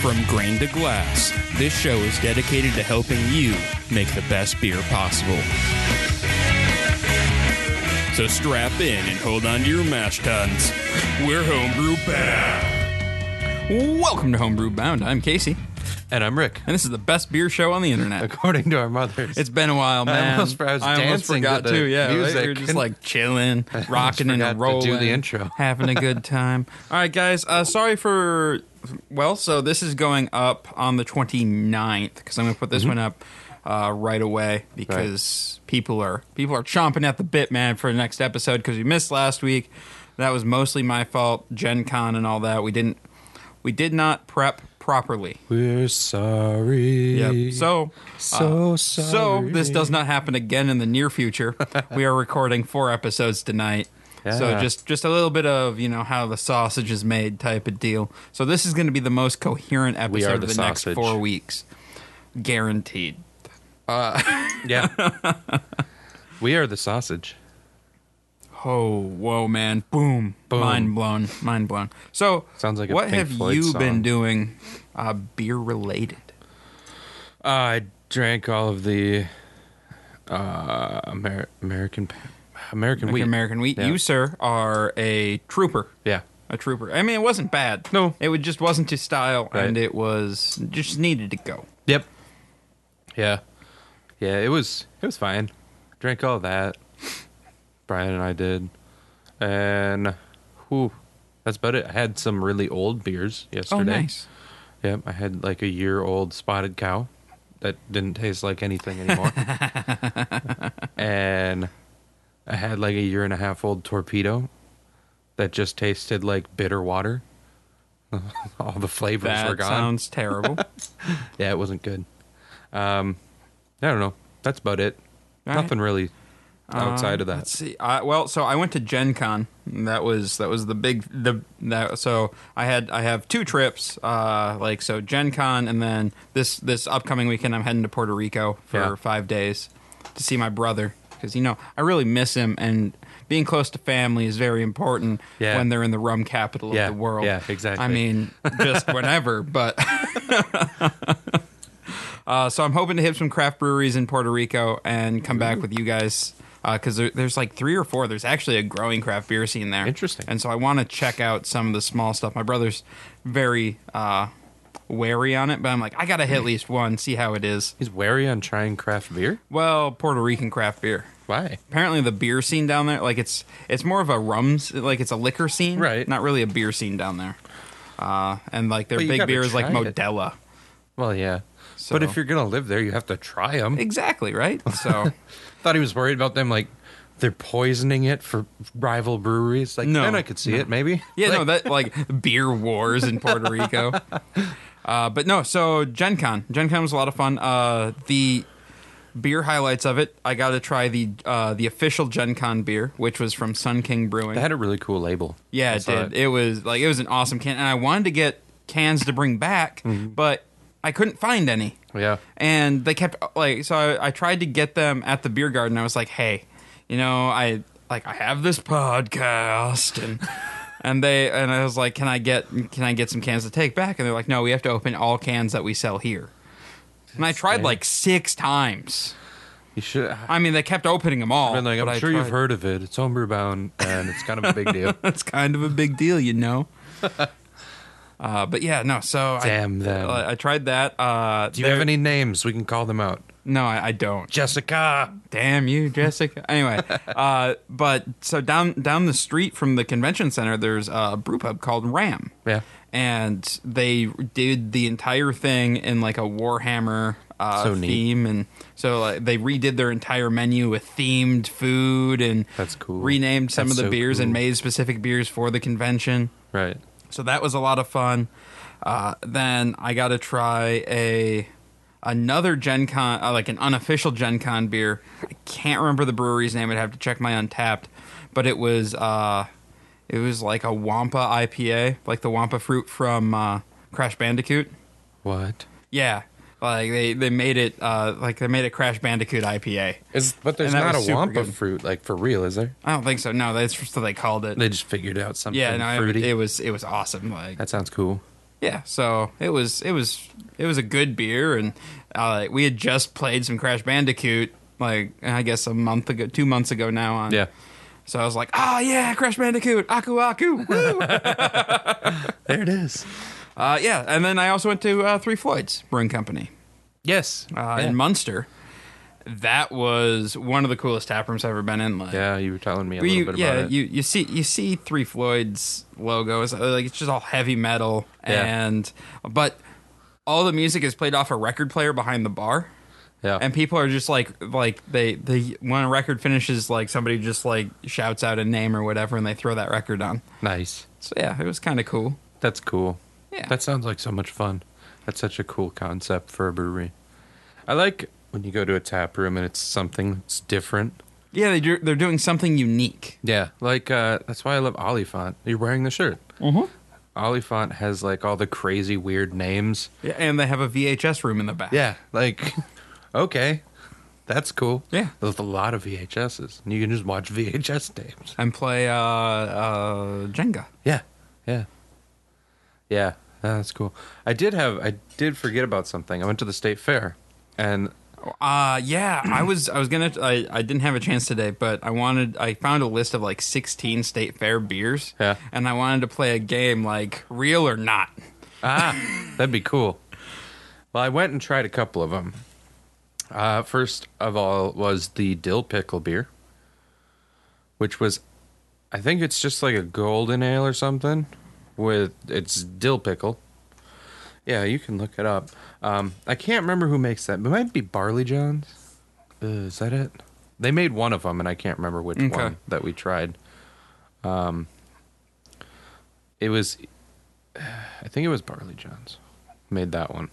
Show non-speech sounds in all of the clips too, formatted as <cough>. From Grain to Glass, this show is dedicated to helping you make the best beer possible. So strap in and hold on to your mash tuns. We're Homebrew Bound. Welcome to Homebrew Bound. I'm Casey, And I'm Rick, <laughs> and this is the best beer show on the internet. according to our mothers. It's been a while, man. almost- I was dancing to forgot the too. Yeah, right? music. we were just <laughs> like chilling, almost rocking and forgot to do rolling, the intro. <laughs> having a good time. All right, guys. Uh, sorry for well. So this is going up on the 29th because I'm going to put Mm-hmm. this one up uh, right away because people are people are chomping at the bit, man, for the next episode because we missed last week. That was mostly my fault. Gen Con and all that. We didn't. We did not prep properly. We're sorry. Yep. So, uh, So so this sorry. does not happen again in the near <laughs> future. we are recording four episodes tonight. So Yeah. just just a little bit of you know how the sausage is made type of deal. So this is going to be the most coherent episode are of the the next sausage. four weeks, guaranteed. yeah. <laughs> we are the sausage. Oh, whoa, man! Boom, Boom. mind blown, mind blown. So Sounds like a what Pink have Floyd you been song. doing, uh, beer related? Uh, I drank all of the uh, Amer- American pa- American Like wheat. American wheat. Yeah. You sir are a trooper. yeah. a trooper. I mean, it wasn't bad. No. it would, just wasn't to style, Right. and it was just needed to go. Yep. Yeah. Yeah. It was. It was fine. Drank all that. Brian and I did, and whew, that's about it. I had some really old beers yesterday. Oh, nice. Yep, I had like a year old spotted cow that didn't taste like <laughs> anything anymore. and I had like a year and a half old torpedo that just tasted like bitter water. <laughs> All the flavors were That gone. sounds <laughs> terrible. yeah, it wasn't good. Um, I don't know. That's about it. All right. Uh, Nothing really outside of Um, Let's that. see. I, well, so I went to Gen Con. and That was that was the big the that. So I had I have two trips. Uh, like so Gen Con, and then this this upcoming weekend I'm heading to Puerto Rico for Yeah. five days to see my brother because you know I really miss him and. Being close to family is very important Yeah. when they're in the rum capital Yeah, of the world. yeah, exactly. I mean, <laughs> just whenever, but Uh, so I'm hoping to hit some craft breweries in Puerto Rico and come back with you guys because there, there's like three or four. There's actually a growing craft beer scene there. Interesting. And so I want to check out some of the small stuff. My brother's very uh, wary on it, but I'm like, I gotta hit at least one, see how it is. He's wary on trying craft beer? Well, Puerto Rican craft beer. Why? Apparently, the beer scene down there, like it's it's more of a rums, like it's a liquor scene, Right. Not really a beer scene down there. Uh, and like their But you big gotta beer is like try it. Modella. Well, yeah. So- But if you're going to live there, you have to try them. Exactly right. So. Thought he was worried about them like they're poisoning it for rival breweries. Like No, then I could see it maybe. Yeah, like, no, that like beer wars in Puerto <laughs> Rico. Uh, but no, so Gen Con. Gen Con was a lot of fun. Uh, the beer highlights of it, I got to try the uh, the official Gen Con beer, which was from Sun King Brewing. they had a really cool label. yeah, I it saw did. It. was like it was an awesome can, and I wanted to get cans to bring back, Mm-hmm. but I couldn't find any. Yeah. And they kept like so I, I tried to get them at the beer garden. I was like, hey, you know, I like I have this podcast <laughs> and and they and I was like, Can I get can I get some cans to take back? And they're like, No, we have to open all cans that we sell here. And I tried like six times. You should. I mean, they kept opening them all. I've been like, Oh, but I I'm sure you've tried. heard of it. It's homebrew bound, and it's kind of a big deal. <laughs> That's kind of a big deal, you <laughs> know. uh, but yeah, no. So Damn I, them. I, I tried that. Uh, Do you have any names? We can call them out. No, I, I don't. Jessica. Damn you, Jessica. anyway, <laughs> uh, but so down down the street from the convention center, there's a brew pub called Ram. Yeah. And they did the entire thing in like a Warhammer uh, So neat. theme, and so like, they redid their entire menu with themed food and That's cool. Renamed some That's of the so beers and cool. made specific beers for the convention. Right. So that was a lot of fun. Uh, then I got to try a another Gen Con, uh, like an unofficial Gen Con beer. I can't remember the brewery's name. I'd have to check my Untapped, but it was uh, it was like a Wampa IPA, like the Wampa fruit from uh, Crash Bandicoot. What? Yeah, like they they made it uh, like they made a Crash Bandicoot IPA. Is but there's And that not was a super wampa good. fruit like for real, is there? I don't think so. No, that's just what they called it. They just figured out something yeah, no, it, fruity. it was it was awesome. Like that sounds cool. Yeah, so it was it was it was a good beer, and uh, we had just played some Crash Bandicoot like I guess a month ago, two months ago now. On Yeah. so I was like, oh yeah, Crash Bandicoot, Aku Aku, <laughs> woo! There it is. uh, yeah, and then I also went to uh, Three Floyds Brewing Company Yes. uh, yeah. in Munster. That was one of the coolest tap rooms I've ever been in. Like, Yeah, you were telling me a Well, little you- bit yeah, about it. you you see you see Three Floyd's logos like it's just all heavy metal Yeah. and but all the music is played off a record player behind the bar yeah. and people are just like like they they when a record finishes like somebody just like shouts out a name or whatever and they throw that record on nice. so yeah it was kind of cool That's cool. Yeah. That sounds like so much fun. That's such a cool concept for a brewery. I like when you go to a tap room and it's something that's different. yeah they do, they're doing something unique Yeah. Like uh, that's why I love Olifant. You're wearing the shirt. mm-hmm. Olifant has like all the crazy weird names. yeah, and they have a VHS room in the back Yeah. Like <laughs> okay. That's cool. Yeah. There's a lot of VHSs. And you can just watch <laughs> VHS tapes. and play uh uh Jenga Yeah, yeah, yeah. That's cool. I did have. I did forget about something. I went to the state fair, and Uh yeah, I was I was gonna I, I didn't have a chance today, but I wanted I found a list of like sixteen state fair beers. Yeah. And I wanted to play a game like real or not. ah, that'd be cool. Well, I went and tried a couple of them. Uh, first of all was the dill pickle beer, which was, I think it's just like a golden ale or something, with it's dill pickle. Yeah, you can look it up. Um, I can't remember who makes that. It might be Barley Jones. Uh, is that it? They made one of them, and I can't remember which Okay. one that we tried. Um, it was, <sighs> I think it was Barley Jones made that one,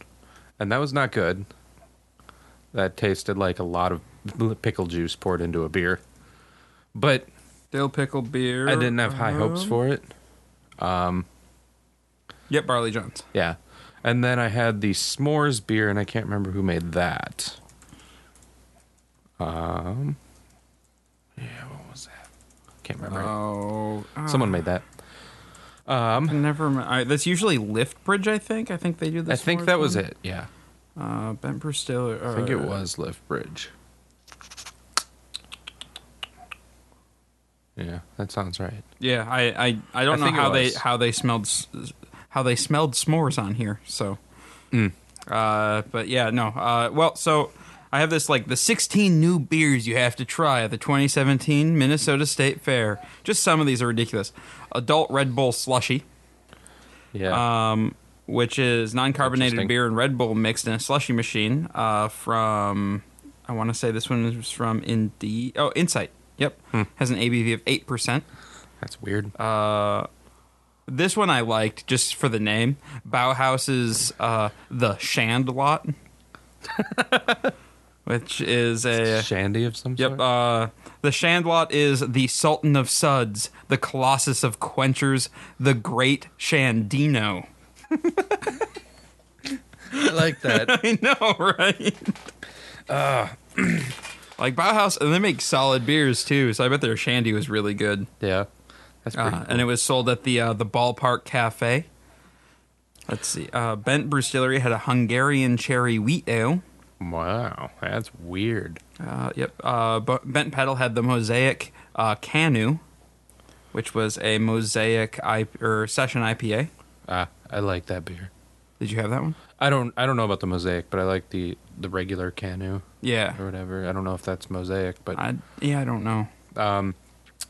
and that was not good. That tasted like a lot of <laughs> pickle juice poured into a beer, but Dill pickle beer. I didn't have high hopes for it. Yep, Barley Jones. Yeah. And then I had the s'mores beer, and I can't remember who made that. Um, yeah, what was that? Can't remember. it. Oh, uh, Someone made that. Um, never mind. I, that's usually Liftbridge, I think. I think they do I this. think that was it. Yeah, Uh, Ben Stiller. I think it was Lift Bridge. Yeah, that sounds right. Yeah, I I, I don't I know think it how they was. how they smelled s- how they smelled s'mores on here. So, Mm. uh, but yeah, no. Uh, well, so I have this like the 16 new beers you have to try at the 2017 Minnesota State Fair. Just some of these are ridiculous. Adult Red Bull slushy, Yeah, um, which is non-carbonated Interesting. beer and Red Bull mixed in a slushy machine. Uh, from I want to say this one is from Indeed. Oh, Insight. Yep, Hmm. has an ABV of eight percent. that's weird. This one I liked just for the name. Bauhaus's uh, The Shand Lot, which is a. Shandy of some Yep. sort. Uh, the Shand Lot is the Sultan of Suds, the Colossus of Quenchers, the Great Shandino. <laughs> I like <laughs> that. I know, right? like Bauhaus, and they make solid beers too, so I bet their Shandy was really good. yeah, that's pretty. Uh, and it was sold at the uh, the ballpark cafe. Let's see. Uh, Bent Brewstillery had a Hungarian cherry wheat ale. wow, that's weird. Uh, yep. Uh, Bu- Bent Pedal had the Mosaic uh, Canu, which was a Mosaic I- or session IPA. Ah, I like that beer. Did you have that one? I don't I don't know about the mosaic, but I like the the regular canoe or Yeah. whatever. I don't know if that's mosaic, but I, yeah, I don't know. um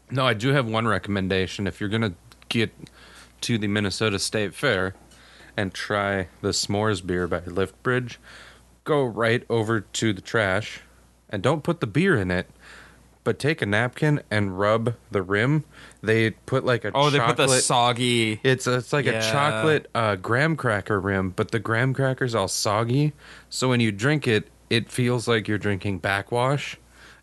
no, I do have one recommendation if you're going to get to the Minnesota State Fair and try the s'mores beer by Liftbridge, go right over to the trash and don't put the beer in it. But take a napkin and rub the rim. They put like a Oh, they put the chocolate- soggy. it's it's like Yeah. a chocolate uh, graham cracker rim, but the graham cracker's all soggy. So when you drink it, it feels like you're drinking backwash,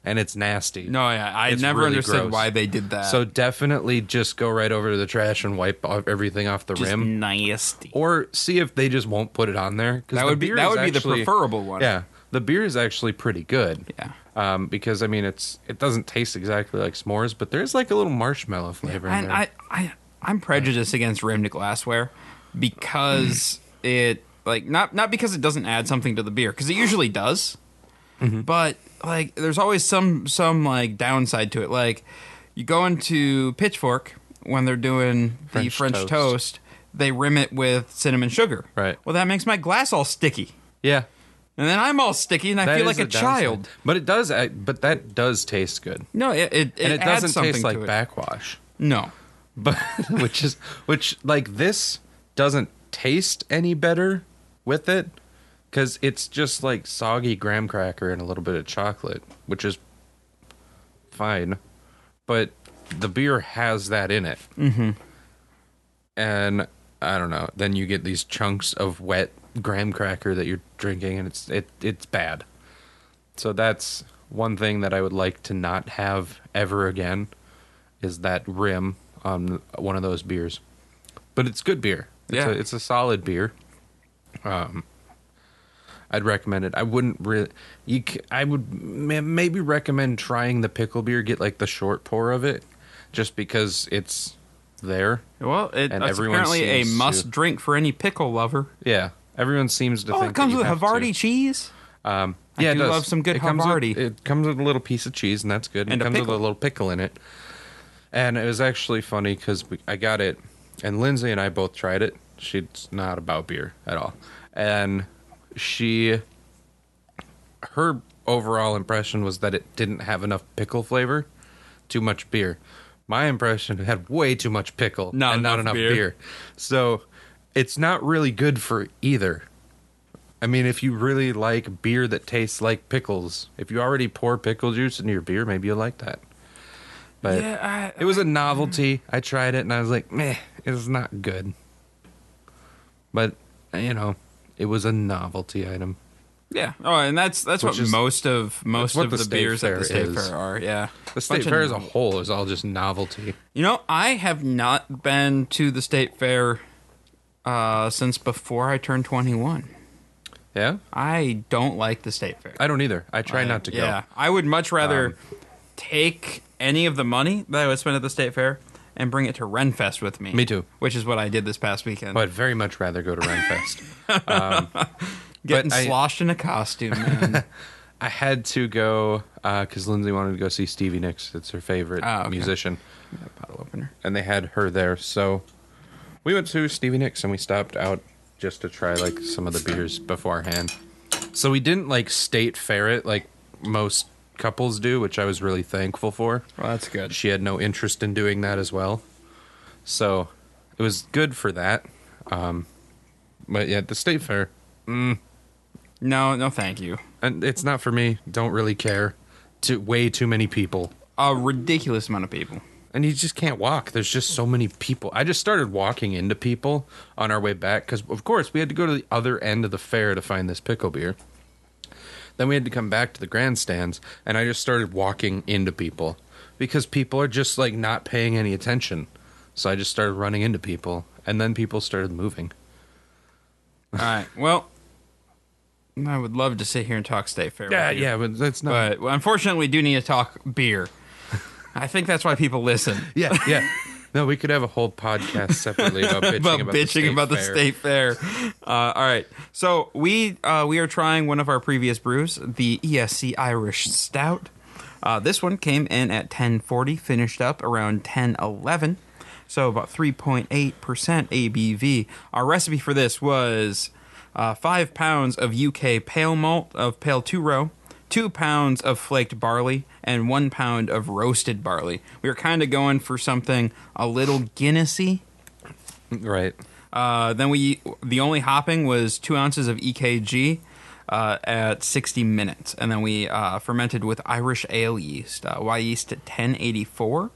and it's nasty. No, yeah, I It's never really understood gross. why they did that. So definitely just go right over to the trash and wipe off everything off the just rim, nasty. or see if they just won't put it on there. 'cause That the would be beer that is would be actually- the preferable one. Yeah, the beer is actually pretty good. Yeah. Um, because I mean, it's it doesn't taste exactly like s'mores, but there's like a little marshmallow flavor. in And there. I, I, I'm prejudiced against rim to glassware. because it like not not because it doesn't add something to the beer because it usually does, Mm-hmm. but like there's always some some like downside to it. Like you go into Pitchfork when they're doing the French French toast. toast. they rim it with cinnamon sugar. Right. Well, that makes my glass all sticky, Yeah. and then I'm all sticky, and I that feel is like a, downside. child. But it does I- but that does taste good. No, it it, it, And it, adds doesn't something taste like to it. backwash. <laughs> No. but which is which like this doesn't taste any better with it because it's just like soggy graham cracker and a little bit of chocolate which is fine but the beer has that in it mm-hmm. and i don't know then you get these chunks of wet graham cracker that you're drinking and it's it it's bad so that's one thing that I would like to not have ever again is that rim on one of those beers. But it's good beer. It's Yeah. a, it's a solid beer. Um I'd recommend it. I wouldn't really you c- I would m- maybe recommend trying the pickle beer, get like the short pour of it just because it's there. Well, it, And it's everyone apparently a seems to- must drink for any pickle lover. Yeah. Everyone seems to Oh, think it comes that you with have to. Havarti cheese. Um, I yeah, do it does. love some good it comes with- Havarti. it comes with a little piece of cheese, and that's good. And it a comes with a pickle. little pickle in it. And it was actually funny because I got it, and Lindsay and I both tried it. She's not about beer at all, and she, her overall impression was that it didn't have enough pickle flavor, too much beer. My impression it had way too much pickle Not and not enough enough beer. beer. So it's not really good for either. I mean, if you really like beer that tastes like pickles, if you already pour pickle juice into your beer, maybe you'll like that. But Yeah, I, mm. it was a novelty. I tried it and I was like, meh, it's not good. But, you know, it was a novelty item. yeah. Oh, and that's that's what Which is- most of most what of the the, state beers at fair the state is. fair are. Yeah, The state Bunch of fair as a whole is all just novelty. You know, I have not been to the state fair uh, since before I turned twenty-one. Yeah? I don't like the state fair. I don't either. I try not to go. Um, Yeah, I would much rather take any of the money that I would spend at the state fair and bring it to Renfest with me. Me too. Which is what I did this past weekend. But I'd very much rather go to <laughs> Renfest. Getting but I- sloshed in a costume, <laughs> man. I had to go because Lindsay wanted to go see Stevie Nicks. It's her favorite Ah, okay. musician. Bottle opener. and they had her there. So we went to Stevie Nicks and we stopped out just to try like some of the beers beforehand. So we didn't like state fair it like most couples do, which I was really thankful for. Well, that's good. She had no interest in doing that as well. So it was good for that. Um, but yeah, the state fair, No, no, thank you. and it's not for me. Don't really care. To way too many people. A ridiculous amount of <laughs> people. and you just can't walk. There's just so many people. I just started walking into people on our way back because, of course, we had to go to the other end of the fair to find this pickle beer. Then we had to come back to the grandstands, and I just started walking into people because people are just like not paying any attention. So I just started running into people, and then people started moving. All right. Well, I would love to sit here and talk state fair. Yeah, with you, yeah, but that's not. But well, unfortunately, we do need to talk <laughs> beer. I think that's why people listen. yeah, yeah. <laughs> No, we could have a whole podcast separately <laughs> about bitching about about, the bitching state about the fair. state fair. Uh, all right, so we uh, we are trying one of our previous brews, the ESC Irish Stout. Uh, this one came in at 1040, finished up around 1011, so about 3.8% ABV. Our recipe for this was uh, five pounds of UK pale malt of pale two row, two pounds of flaked barley, and one pound of roasted barley. We were kind of going for something a little Guinnessy. Right. Uh, then we the only hopping was two ounces of EKG uh, at 60 minutes, and then we uh, fermented with Irish ale yeast, uh, Y yeast at 1084.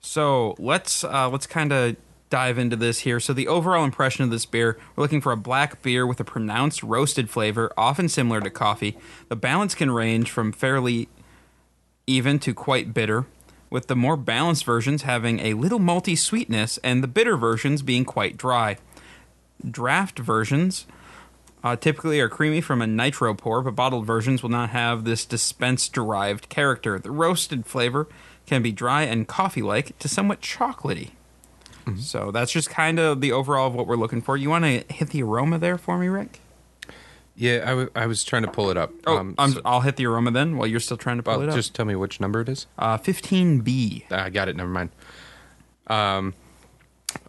So let's uh, let's kind of dive into this here. So the overall impression of this beer, we're looking for a black beer with a pronounced roasted flavor, often similar to coffee. The balance can range from fairly even to quite bitter, with the more balanced versions having a little malty sweetness and the bitter versions being quite dry. Draft versions uh, typically are creamy from a nitro pour, but bottled versions will not have this dispense derived character. The roasted flavor can be dry and coffee like to somewhat chocolatey. Mm-hmm. So that's just kind of the overall of what we're looking for. You want to hit the aroma there for me, Rick? Yeah, I, w- I was trying to pull it up. Oh, I'm, Um, so- I'll hit the aroma then while you're still trying to pull well, it up. just tell me which number it is. uh, 15B. Ah, I got it. Never mind. Um,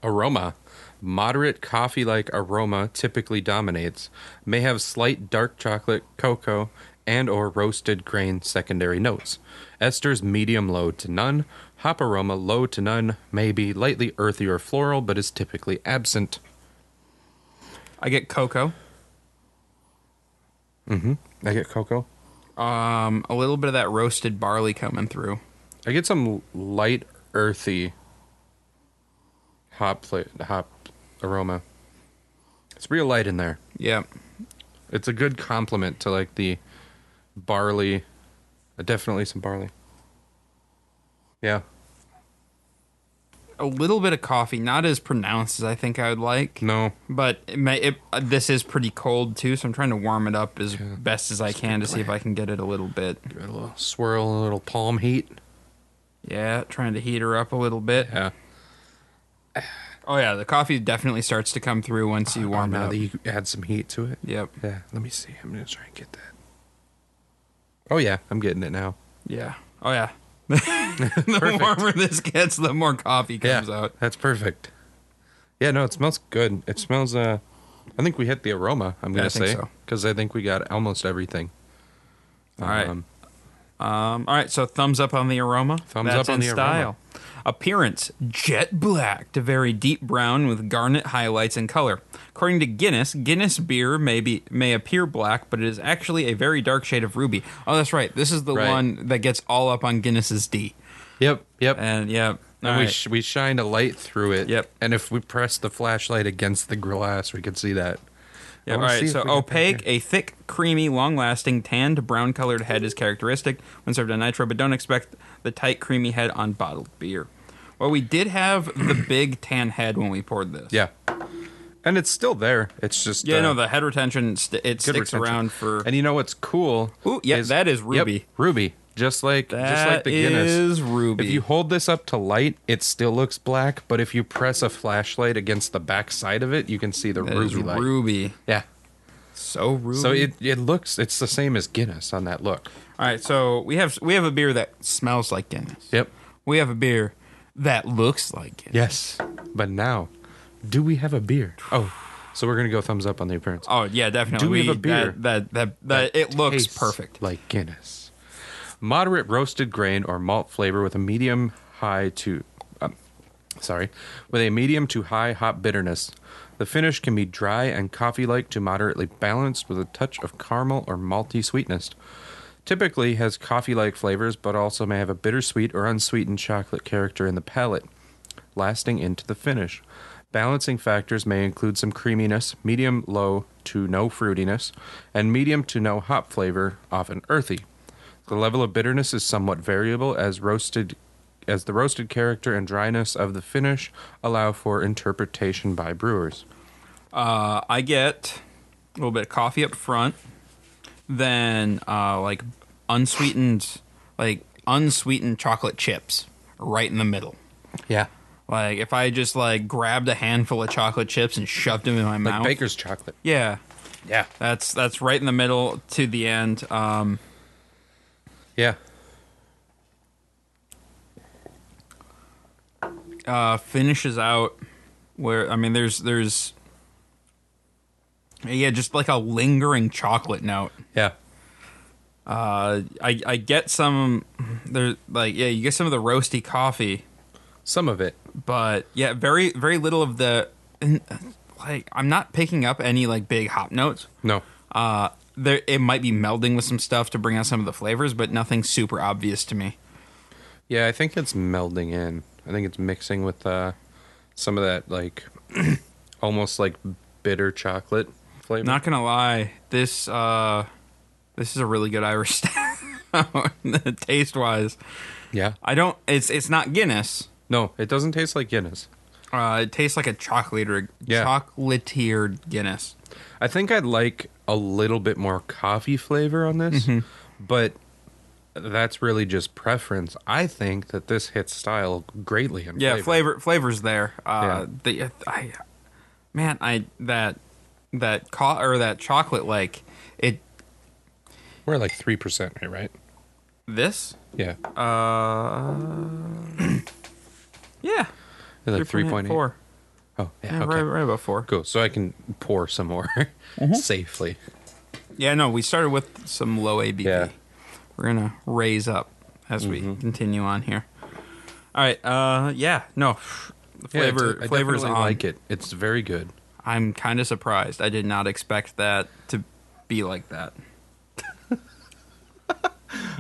aroma. Moderate coffee like aroma typically dominates. May have slight dark chocolate, cocoa, and or roasted grain secondary notes. Esters medium low to none. Hop aroma low to none. May be lightly earthy or floral, but is typically absent. I get cocoa, I get cocoa. um, a little bit of that roasted barley coming through. I get some light earthy hop fla- hop aroma. It's real light in there. Yep. It's a good compliment to like the barley. Uh, Definitely some barley. Yeah. A little bit of coffee, not as pronounced as I think I would like. No. But it may, it, uh, this is pretty cold too, so I'm trying to warm it up as best as I can to see if I can get it a little bit. Give it a little swirl, a little palm heat. Yeah, trying to heat her up a little bit. Yeah. Oh yeah, the coffee definitely starts to come through once you warm oh, it now up. that you add some heat to it. Yep. Yeah. Let me see. I'm gonna try and get that. Oh yeah, I'm getting it now. Yeah. Oh <laughs> yeah. <laughs> the Perfect. warmer this gets, the more coffee Yeah. comes out. That's perfect. Yeah. No, it smells good. It smells. Uh, I think we hit the aroma. I'm Yeah, I gonna think say so. because I think we got almost everything. All right. Um, all right. So thumbs up on the aroma. Thumbs That's up on in the style. aroma. Appearance: jet black to very deep brown with garnet highlights in color. According to Guinness, Guinness beer may be may appear black, but it is actually a very dark shade of ruby. Oh, that's right. This is the Right. one that gets all up on Guinness's D. Yep. Yep. And yeah, And all we right. sh- we shined a light through it. Yep. And if we pressed the flashlight against the glass, we could see that. Yeah, I all wanna see right. if So we can- opaque, a thick, creamy, long-lasting, tanned, brown-colored head is characteristic when served on nitro, but don't expect the tight, creamy head on bottled beer. Well, we did have the <clears throat> big tan head when we poured this. Yeah. And it's still there. It's just yeah. uh, no, the head retention st- it good sticks retention. around for. And you know what's cool? Ooh, yeah, that is Yep, ruby. ruby, just like just like That the Guinness. is ruby. If you hold this up to light, it still looks black. But if you press a flashlight against the back side of it, you can see the That is ruby light. ruby. Yeah. So ruby. So it it looks it's the same as Guinness on that look. All right. So we have we have a beer that smells like Guinness. Yep. We have a beer that looks like Guinness. Yes. But now, do we have a beer? Oh, so we're gonna go thumbs up on the appearance. Oh yeah, definitely. Do we have a beer that that that, that, it looks tastes perfect? Like Guinness. Moderate roasted grain or malt flavor with a medium high to um, sorry, with a medium to high hop bitterness. The finish can be dry and coffee-like to moderately balanced with a touch of caramel or malty sweetness. Typically has coffee-like flavors but also may have a bittersweet or unsweetened chocolate character in the palate, lasting into the finish. Balancing factors may include some creaminess, medium low to no fruitiness, and medium to no hop flavor, often earthy. The level of bitterness is somewhat variable as roasted as the roasted character and dryness of the finish allow for interpretation by brewers. Uh, I get a little bit of coffee up front, then uh, like unsweetened, like unsweetened chocolate chips right in the middle. Yeah. Like if I just like grabbed a handful of chocolate chips and shoved them in my Like mouth. baker's chocolate. yeah, Yeah. that's that's right in the middle to the end. Um, Yeah. uh, finishes out where I mean, there's there's yeah, just like a lingering chocolate note. Yeah. Uh, I I get some there like yeah, you get some of the roasty coffee, Some of it. but yeah, very very little of the and, uh, like I'm not picking up any like big hop notes. No. Uh, there it might be melding with some stuff to bring out some of the flavors, but nothing super obvious to me. Yeah, I think it's melding in. I think it's mixing with uh, some of that like <clears throat> almost like bitter chocolate flavor. Not gonna lie, this uh, this is a really good Irish <laughs> stout taste wise. yeah. I don't. It's it's not Guinness. No, it doesn't taste like Guinness. Uh, it tastes like a chocolatier, Yeah. chocolatier Guinness. Mm-hmm. I think I'd like a little bit more coffee flavor on this, but that's really just preference. I think that this hits style greatly in Yeah, flavor. flavor flavors there. Uh, Yeah. The I, man, I that that co- or that chocolate like it. We're like three percent here, right? This, uh, Yeah, <clears throat> yeah, We're like three point eight. four. Oh, yeah. Yeah, okay. right, Mm-hmm. right about four. Cool. So I can pour some more <laughs> safely. Yeah, no, we started with some low ABV. Yeah. Mm-hmm. We're gonna raise up as we continue on here. All right. Uh, yeah, no, <sighs> Yeah, it's- flavor I flavors definitely on. like it. It's very good. I'm kind of surprised. I did not expect that to be like that.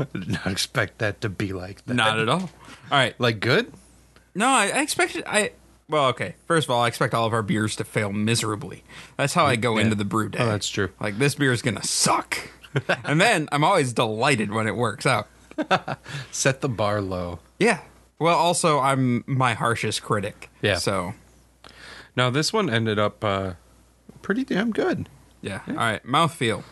<laughs> Did not expect that to be like that. Not at all. All right. Like good? No, I, I expected. I well, okay. First of all, I expect all of our beers to fail miserably. That's how I go into the brew day. Oh, that's true. Like this beer is gonna suck, <laughs> and then I'm always delighted when it works out. Set the bar low. Yeah. Well, also I'm my harshest critic. Yeah. So Now this one ended up uh, pretty damn good. yeah. All right. Mouthfeel.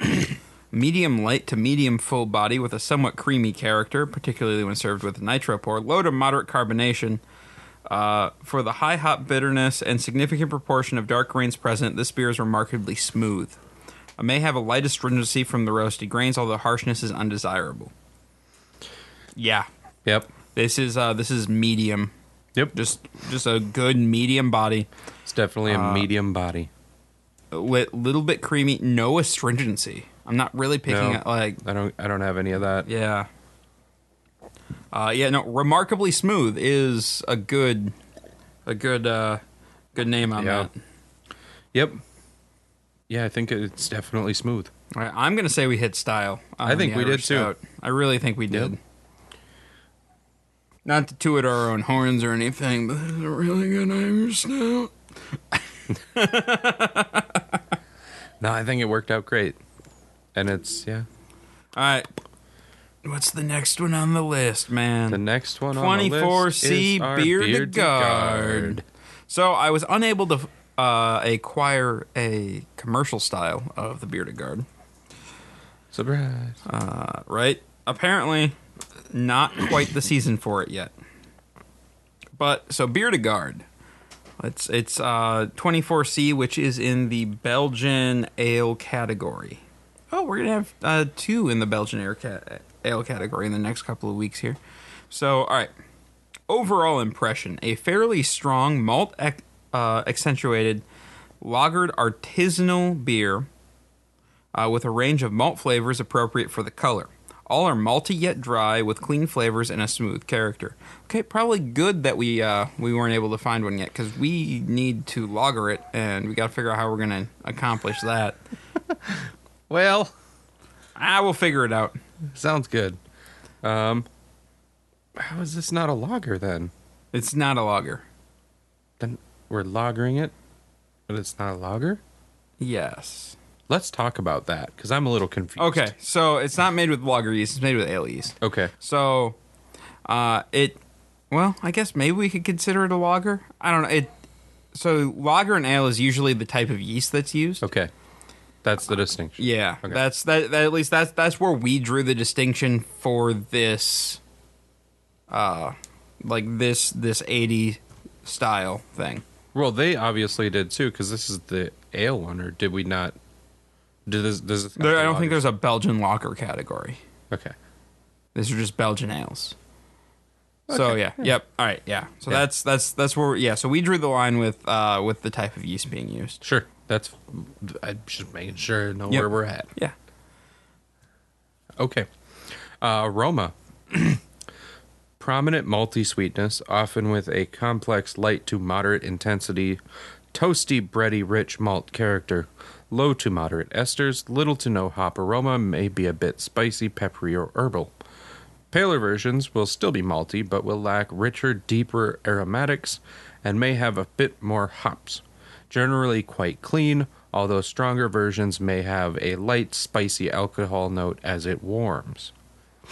<coughs> Medium light to medium full body with a somewhat creamy character, particularly when served with nitro pour. Low to moderate carbonation. Uh, for the high hop bitterness and significant proportion of dark grains present, this beer is remarkably smooth. It may have a light astringency from the roasted grains, although harshness is undesirable. Yeah, Yep. this is uh, this is medium, Yep. just just a good medium body, It's definitely a medium body. a li- little bit creamy, no astringency. I'm not really picking No. up like I don't. I don't have any of that. yeah, uh, yeah. No, remarkably smooth is a good a good uh, good name on Yeah. that. Yep. Yeah, I think it's definitely smooth. All right, I'm gonna say we hit style. on I think the we did, Irish too. Stout. I really think we did. Not to toot our own horns or anything, but this is a really good Irish stout. No, I think it worked out great. And it's yeah. All right, what's the next one on the list, man? The next one on the list 24C is our Beer to Bearded Guard. So I was unable to uh, acquire a commercial style of the Beer to Guard, Surprise. uh, right? Apparently, not quite the season for it yet. But so Beer to Guard. It's it's uh, 24C, which is in the Belgian ale category. Oh, we're gonna have uh, two in the Belgian ale, ca- ale category in the next couple of weeks here. So, all right. Overall impression: a fairly strong malt ac- uh, accentuated lagered artisanal beer uh, with a range of malt flavors appropriate for the color. All are malty yet dry, with clean flavors and a smooth character. Okay, probably good that we uh, we weren't able to find one yet because we need to lager it, and we got to figure out how we're gonna accomplish that. Well, I will figure it out. sounds good. Um, how is this not a lager then? It's not a lager. Then we're lagering it, but it's not a lager. Yes. Let's talk about that because I'm a little confused. Okay, so it's not made with lager yeast. It's made with ale yeast. Okay. So, uh, it. Well, I guess maybe we could consider it a lager. I don't know. It. So lager and ale is usually the type of yeast that's used. Okay. That's the distinction. Yeah, Okay. that's that, that. At least that's that's where we drew the distinction for this, uh, like this this eighty style thing. Well, they obviously did too because this is the ale one, or did we not? Did this? Does this There, I don't think there's a Belgian lager category. Okay. These are just Belgian ales. So yeah, yep. All right, yeah. So Yeah. that's that's that's where yeah. So we drew the line with uh with the type of yeast being used. Sure. That's. I'm just making sure I know Yep. where we're at. Yeah. Okay. Uh, aroma. <clears throat> Prominent malty sweetness, often with a complex light to moderate intensity, toasty, bready, rich malt character. Low to moderate esters, little to no hop aroma, may be a bit spicy, peppery, or herbal. Paler versions will still be malty, but will lack richer, deeper aromatics and may have a bit more hops. Generally quite clean, although stronger versions may have a light, spicy alcohol note as it warms.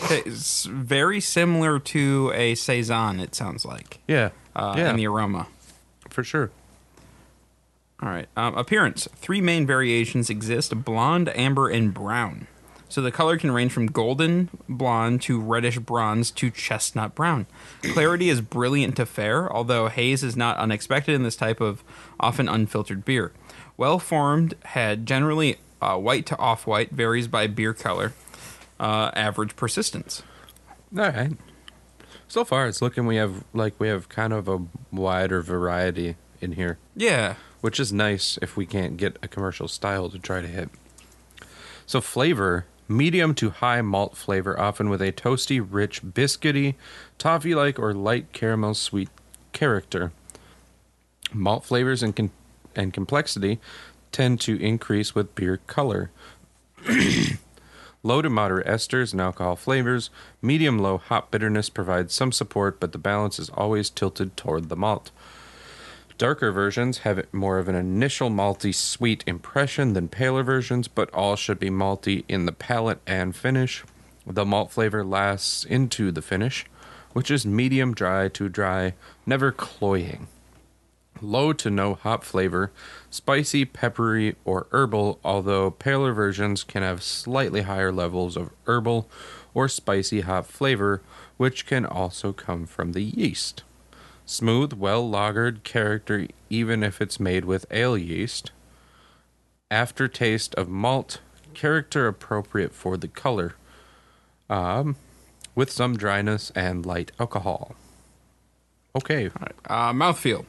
Okay, It's very similar to a saison. It sounds like Yeah. uh, yeah. in the aroma. for sure. All right. Um, appearance. Three main variations exist blonde, amber, and brown. So the color can range from golden blonde to reddish bronze to chestnut brown. Clarity is brilliant to fair, although haze is not unexpected in this type of often unfiltered beer. Well formed head, generally uh, white to off white, varies by beer color. Uh, average persistence. All right. So far, it's looking we have like we have kind of a wider variety in here, Yeah. which is nice if we can't get a commercial style to try to hit. So flavor, medium to high malt flavor, often with a toasty, rich, biscuity, toffee-like or light caramel sweet character. Malt flavors and con- and complexity tend to increase with beer color. <coughs> Low to moderate esters and alcohol flavors, medium low hop bitterness provides some support, but the balance is always tilted toward the malt. Darker versions have it more of an initial malty sweet impression than paler versions, but all should be malty in the palate and finish. The malt flavor lasts into the finish, which is medium dry to dry, never cloying. Low to no hop flavor, spicy, peppery, or herbal, although paler versions can have slightly higher levels of herbal or spicy hop flavor, which can also come from the yeast. Smooth, well lagered character, even if it's made with ale yeast. Aftertaste of malt, character appropriate for the color, um, with some dryness and light alcohol. Okay. Uh, mouthfeel.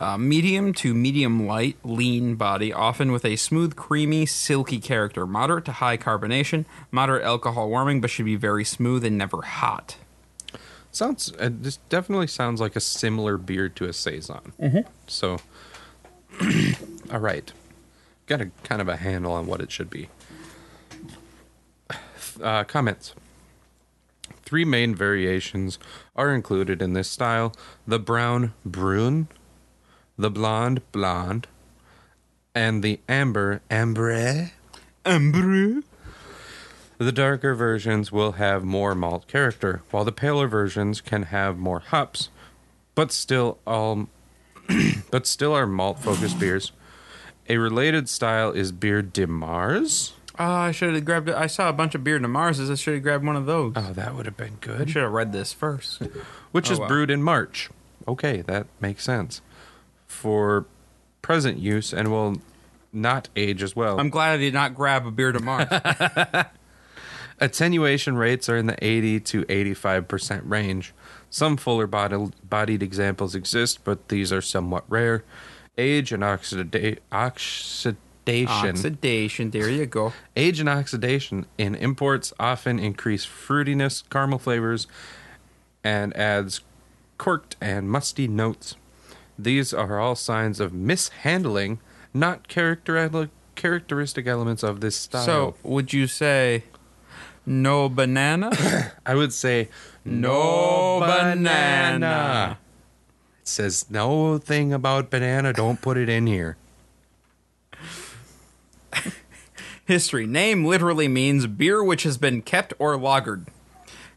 Uh, medium to medium light, lean body, often with a smooth, creamy, silky character. Moderate to high carbonation, moderate alcohol warming, but should be very smooth and never hot. Sounds. Uh, this definitely sounds like a similar beer to a saison. So, <clears throat> all right, got a kind of a handle on what it should be. <sighs> Uh, comments. Three main variations are included in this style: the brown brune, the blonde blonde, and the amber ambre. Amber. The darker versions will have more malt character, while the paler versions can have more hops, but still all <clears throat> but still are malt focused beers. A related style is beer de Mars. Oh, I should have grabbed it. I saw a bunch of beer to Mars's. I should have grabbed one of those. Oh, that would have been I good. should have read this first. Which Oh, is wow. brewed in March. Okay, that makes sense. For present use and will not age as well. I'm glad I did not grab a beer to Mars. Attenuation rates are in the 80 to 85% range. Some fuller body- bodied examples exist, but these are somewhat rare. Age and oxida- oxidation. <laughs> Oxidation. There you go. Age and oxidation in imports often increase fruitiness, caramel flavors, and adds corked and musty notes. These are all signs of mishandling, not character- characteristic elements of this style. So, would you say no banana? I would say No banana. It says no thing about banana. Don't put it in here. History. Name literally means beer which has been kept or lagered.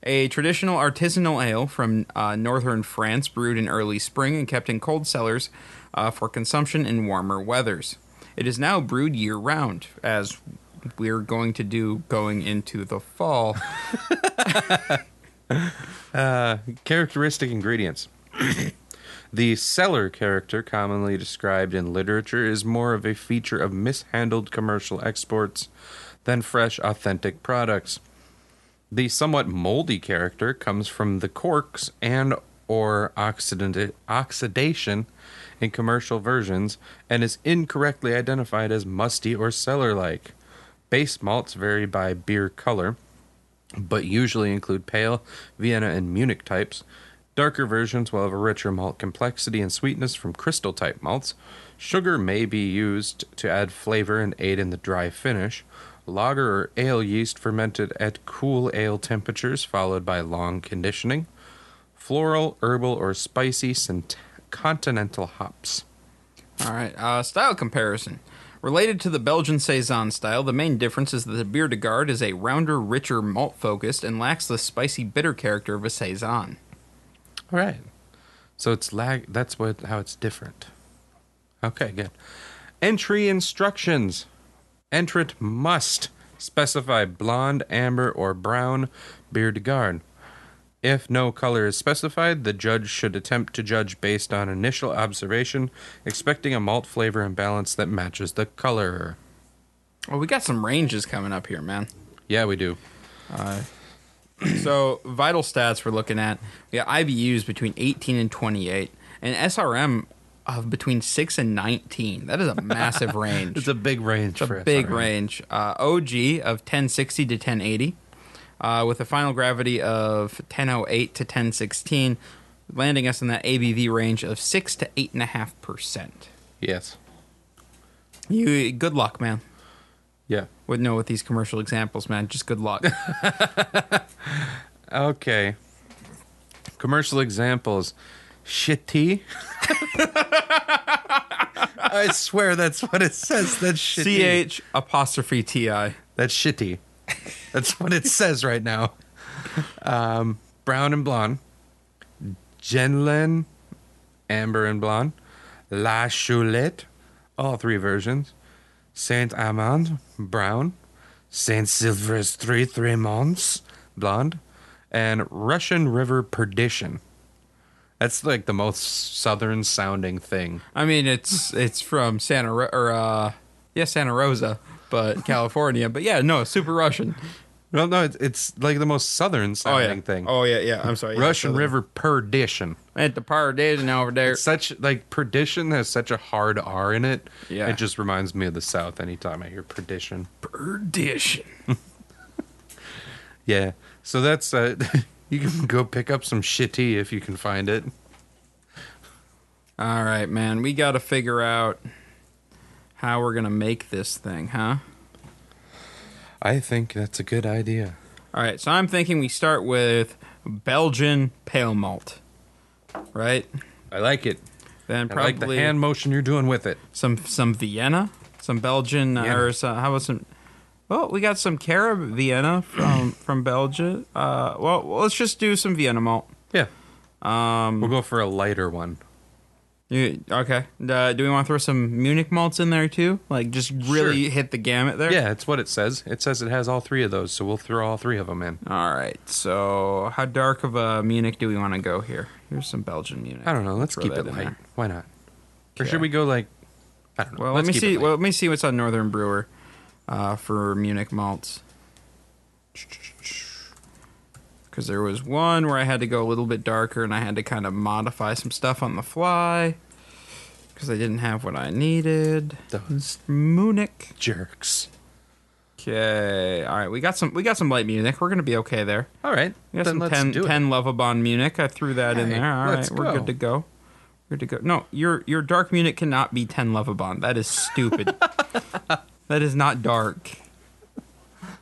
A traditional artisanal ale from uh, northern France, brewed in early spring and kept in cold cellars uh, for consumption in warmer weathers. It is now brewed year round, as we're going to do going into the fall. <laughs> Characteristic ingredients. the cellar character, commonly described in literature, is more of a feature of mishandled commercial exports than fresh, authentic products. The somewhat moldy character comes from the corks and or oxidant- oxidation in commercial versions and is incorrectly identified as musty or cellar-like. Base malts vary by beer color, but usually include pale, Vienna, and Munich types. Darker versions will have a richer malt complexity and sweetness from crystal type malts. Sugar may be used to add flavor and aid in the dry finish. Lager or ale yeast fermented at cool ale temperatures, followed by long conditioning. Floral, herbal, or spicy cent- continental hops. All right. Uh, style comparison. Related to the Belgian Saison style, the main difference is that the beer de garde is a rounder, richer, malt focused and lacks the spicy, bitter character of a Saison. All right. So it's lag. That's what how it's different. Okay, good. Entry instructions. Entrant must Specify blonde, amber, or brown beard guard. If no color is specified, the judge should attempt to judge based on initial observation, expecting a malt flavor and balance that matches the color. Well, we got some ranges coming up here, man. <clears throat> Yeah, we do. so vital stats we're looking at. We got IBUs between 18 and 28, and SRM of between six and 19. That is <laughs> a massive range. It's a big range. It's for a big SRM. range. Uh, OG of 1060 to 1080, uh, with a final gravity of 1008 to 1016, landing us in that ABV range of six to eight and a half percent. Yes. You good luck, man. Yeah. With no with these commercial examples, man. Just good <laughs> luck. Okay. Commercial examples. Shitty. <laughs> I swear that's what it says. That's shitty. C H apostrophe T I. That's shitty. That's <laughs> what it says right now. Um, brown and blonde. Genlin, amber and blonde. La Choulette, all three versions. Saint Amand, brown. Saint Sylvestre Three Months, blonde. And Russian River Perdition. That's like the most southern sounding thing. I mean, it's it's from Santa Ro- or uh, yeah, Santa Rosa, <laughs> but California. But yeah, no, super Russian. No, no, it's, it's like the most southern Oh sounding yeah, thing. Oh yeah, yeah. I'm sorry. yeah, Russian so- River Perdition. at the Paradise over there. It's such like perdition has such a hard R in it. Yeah. It just reminds me of the South anytime I hear perdition. Perdition. Yeah. So that's uh <laughs> you can go pick up some shitty if you can find it. All right, man. We got to figure out how we're going to make this thing, huh? I think that's a good idea. All right. So I'm thinking we start with Belgian pale malt, right? I like it. Then I probably like the hand motion you're doing with it. some some Vienna, some Belgian uh, Vienna. or some, how about some well, we got some Carib Vienna from <clears throat> from Belgium. Uh, well, let's just do some Vienna malt. Yeah. Um we'll go for a lighter one. You, okay. Uh, do we want to throw some Munich malts in there too? Like just really Sure. hit the gamut there. Yeah, it's what it says. It says it has all three of those, so we'll throw all three of them in. All right. So, how dark of a Munich do we want to go here? Here's some Belgian Munich. I don't know. Let's Throw keep that it in light. there. Why not? Or Okay. should we go like I don't know. Well, Let's let me keep it see. light. Well, let me see what's on Northern Brewer uh, for Munich malts. Because there was one where I had to go a little bit darker, and I had to kind of modify some stuff on the fly because I didn't have what I needed. Those Munich. jerks. Okay. All right. We got some. We got some light Munich. We're gonna be okay there. All right. We got then some let's 10, do it. 10 Lovabond Munich. I threw that in Hey, there. All let's right, we're go. good to go. We're good to go. No, your your dark Munich cannot be ten Lovabond. That is <laughs> stupid. that is not dark.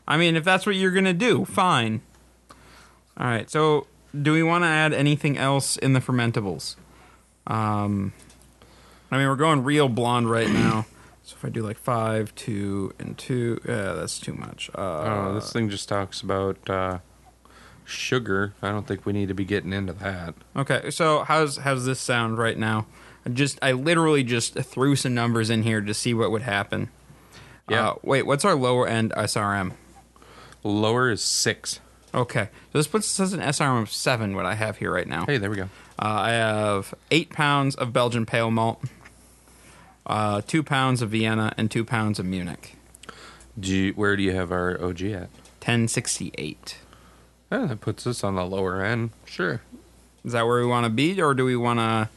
I mean, if that's what you're gonna do, fine. All right. So, do we want to add anything else in the fermentables? Um, I mean, we're going real blonde right now. <clears throat> So if I do like five, two, and two, uh, that's too much. Uh, Oh, this thing just talks about uh, sugar. I don't think we need to be getting into that. Okay, so how's how's this sound right now? I just I literally just threw some numbers in here to see what would happen. Yeah. Uh, wait, what's our lower end SRM? Lower is six. Okay, so this puts us as an SRM of seven. What I have here right now. Hey, there we go. Uh, I have eight pounds of Belgian pale malt, uh, two pounds of Vienna, and two pounds of Munich. Do you, where do you have our OG at? Ten sixty eight. Oh, that puts us on the lower end. Sure. Is that where we want to be, or do we want to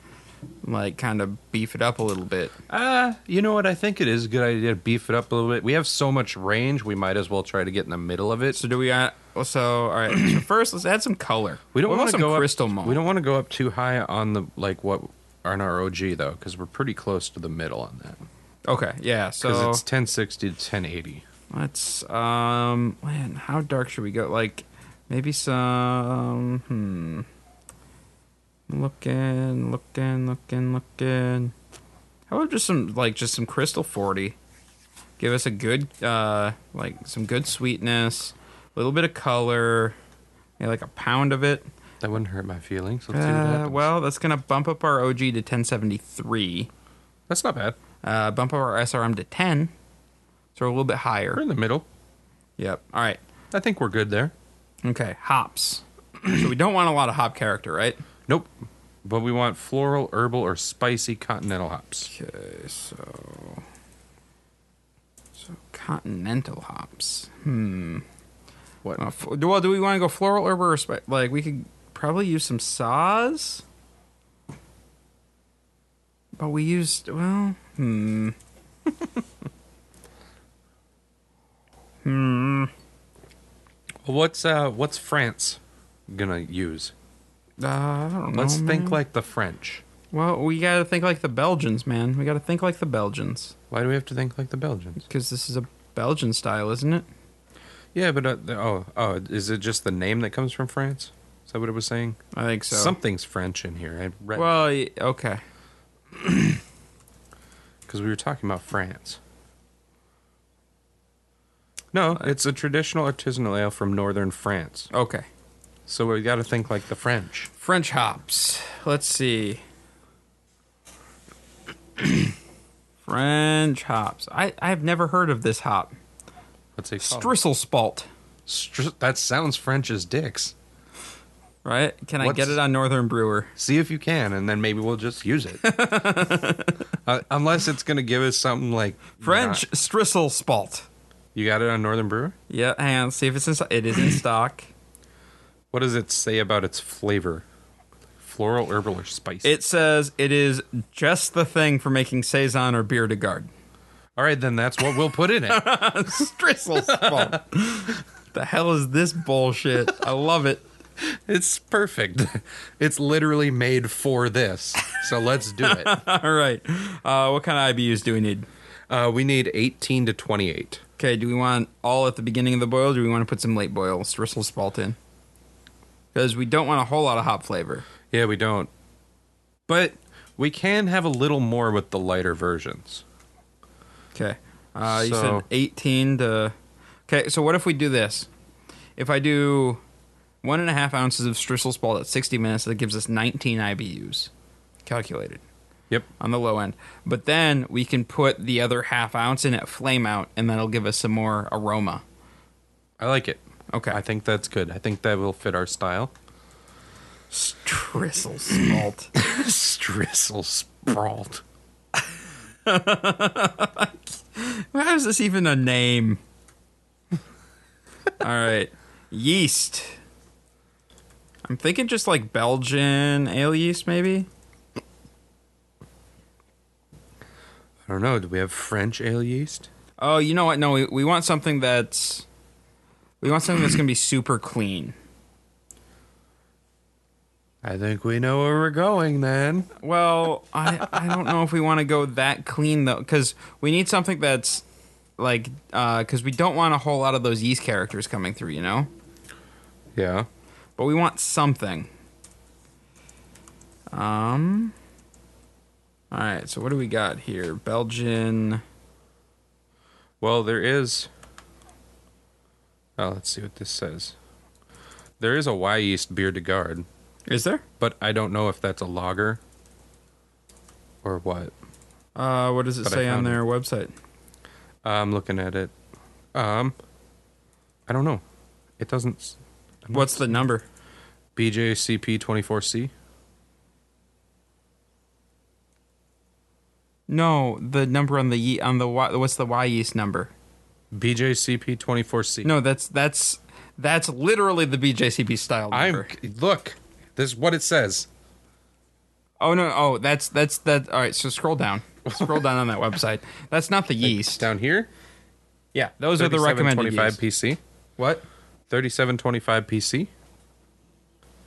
like kind of beef it up a little bit? Uh, you know what? I think it is a good idea to beef it up a little bit. We have so much range, we might as well try to get in the middle of it. So do we? Uh, so all right. <clears throat> So first, let's add some color. We don't What about want to some go crystal up, malt. We don't want to go up too high on the like what on our OG though, because we're pretty close to the middle on that. Okay. Yeah. Because So it's 1060 to 1080. let's. Um. Man, how dark should we go? Like, maybe some. Hmm. Looking, looking, looking, looking. How about just some like just some crystal forty? Give us a good uh like some good sweetness, a little bit of color, yeah, like a pound of it. That wouldn't hurt my feelings. Let's see what Uh, happens. well, that's gonna bump up our OG to 1073. that's not bad. uh, bump up our SRM to 10. So we're a little bit We're higher. in the middle. Yep. All right. I think we're good there. Okay. Hops. so we don't want a lot of hop character, right? Nope. But we want floral, herbal, or spicy continental hops. Okay. So. So continental hops. Hmm. What? Uh, f- well, do we want to go floral herbal or spi- like we could probably use some saws? But we used well. Hmm. hmm. What's uh what's France gonna use? Uh, I don't Let's know, think man. like the French. Well, we gotta think like the Belgians, man. We gotta think like the Belgians Why do we have to think like the Belgians? because this is a Belgian style, isn't it? Yeah, but uh, the- oh oh, is it just the name that comes from France? Is that what it was saying? I think so. Something's French in here. I read Well, y- okay. because we were talking about France. No, Uh, it's a traditional artisanal ale from northern France. Okay. So we got to think like the French. French hops. Let's see. <clears throat> French hops. I, I've never heard of this hop. What's it called? Strisselspalt. Str- that sounds French as dicks. Right? Can I get What's- it on Northern Brewer? See if you can, and then maybe we'll just use it. uh, unless it's going to give us something like French not- Strisselspalt. you got it on Northern Brewer? Yeah, hang on. See if it's in stock. It is in stock. What does it say about its flavor? Floral, herbal, or spicy? It says it is just the thing for making Saison or beer de garde. All right, then that's what we'll put in it. Strisselspalt. the hell is this bullshit? I love it. <laughs> it's perfect. <laughs> It's literally made for this. So let's do it. All right. Uh, what kind of IBUs do we need? Uh, we need 18 to 28. Okay, do we want all at the beginning of the boil? Or do we want to put some late boil, Strisselspalt in? Because we don't want a whole lot of hop flavor. Yeah, we don't. But we can have a little more with the lighter versions. Okay. Uh, You So- said 18 to. Okay, so what if we do this? If I do one and a half ounces of Strisselspalt at 60 minutes, that gives us 19 IBUs calculated Yep. on the low end. But then we can put the other half ounce in at flame out, and that'll give us some more aroma. I like it. Okay. I think that's good. I think that will fit our <laughs> style. Strisselspalt. Strissel sprawled. How is this even a name? All right. Yeast. I'm thinking just like Belgian ale yeast, maybe? I don't know. Do we have French ale yeast? Oh, you know what? No, we, we want something that's. We want something that's going to be super clean. I think we know where we're going then. Well, I, I don't know if we want to go that clean, though, because we need something that's like. Because we don't want a whole lot of those yeast characters coming through, you know? Yeah. But we want something. Um. All right. So what do we got here? Belgian. Well, there is. Oh, let's see what this says. There is a Y yeast beer de garde, Is there? but I don't know if that's a lager or what. Uh, what does it But I say on found their website? I'm looking at it. Um, I don't know. It doesn't. s- What's the number? BJCP24C. No, the number on the ye- on the y- what's the Y yeast number? BJCP24C. No, that's that's that's literally the BJCP style I'm number. look. This is what it says. Oh no! Oh, that's that's that. All right. So scroll down. Scroll down on that website. That's not <laughs> the yeast. down here. Yeah, those are the recommended 25 yeast. PC. What? 3725 PC.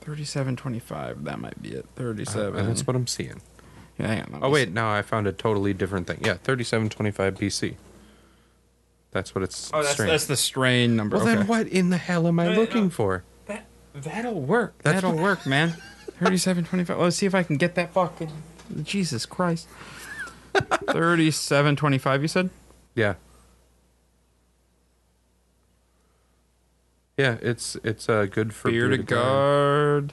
Thirty-seven twenty-five. That might be it. Uh, Thirty-seven. that's what I'm seeing. Yeah, hang on, let Oh me wait, no, I found a totally different thing. Yeah, 3725 BC. That's what it's Oh, that's, strain. that's the strain number. well, okay. then what in the hell am I No, looking no. for? That, that'll work. That's that'll work, <laughs> man. 3725. Let's see if I can get that fucking. Jesus <laughs> Christ. 3725, you said? Yeah. Yeah, it's it's uh, good for Beer to guard. guard.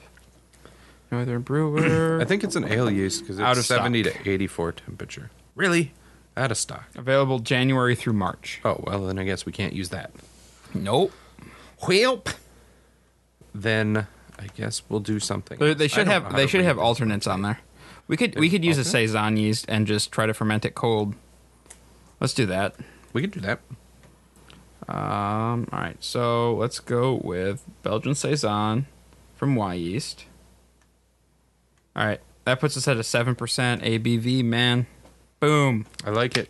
Northern Brewer. <clears throat> I think it's an ale yeast because it's Out of stock. 70 to 84 temperature. Really? Out of stock. Available January through March. Oh well, then I guess we can't use that. Nope. Whelp. Then I guess we'll do something. They, else. they I should don't know have how they to should read have this. alternates on there. We could we could use a saison yeast and just try to ferment it cold. Let's do that. We could do that. Um, all right, so let's go with Belgian saison from Y yeast. All right, that puts us at a seven percent ABV. Man, boom, I like it.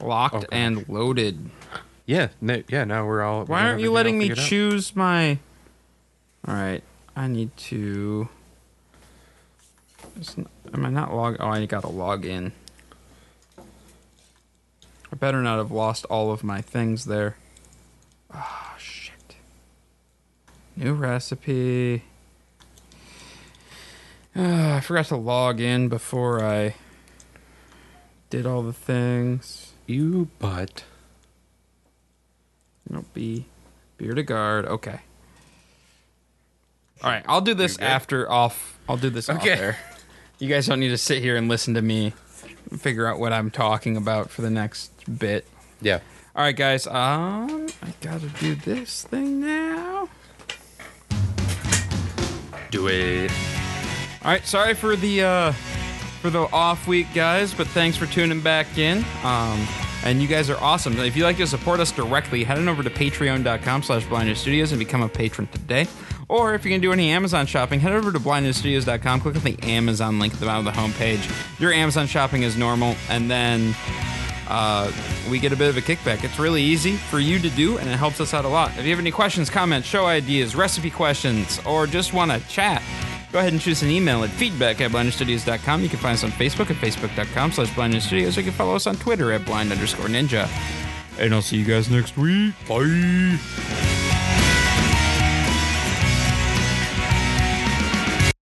locked Okay. and loaded. Yeah. No, yeah. Now we're all. we Why have aren't you letting everything all me figured out. choose my? All right, I need to. It's n- Am I not log? Oh, I got to log in. I better not have lost all of my things there. Ah, shit. New recipe. Ah, I forgot to log in before I did all the things. You but Nope. Be beer to guard. Okay. All right. I'll do this good? after off. I'll do this Okay. off air. You guys don't need to sit here and listen to me figure out what I'm talking about for the next bit. yeah. All right, guys. Um, I gotta do this thing now. Do it. All right, sorry for the uh, for the off week, guys, but thanks for tuning back in. Um, and you guys are awesome. If you'd like to support us directly, head on over to patreon.com slash Blind News studios and become a patron today. Or if you can do any Amazon shopping, head over to blindnewsstudios.com, click on the Amazon link at the bottom of the homepage. Your Amazon shopping is normal, and then uh, we get a bit of a kickback. It's really easy for you to do, and it helps us out a lot. If you have any questions, comments, show ideas, recipe questions, or just want to chat, go ahead and shoot us an email at feedback at blindstudios.com. You can find us on Facebook at facebook.com slash blindstudios, or you can follow us on Twitter at blind underscore ninja. And I'll see you guys next week. Bye.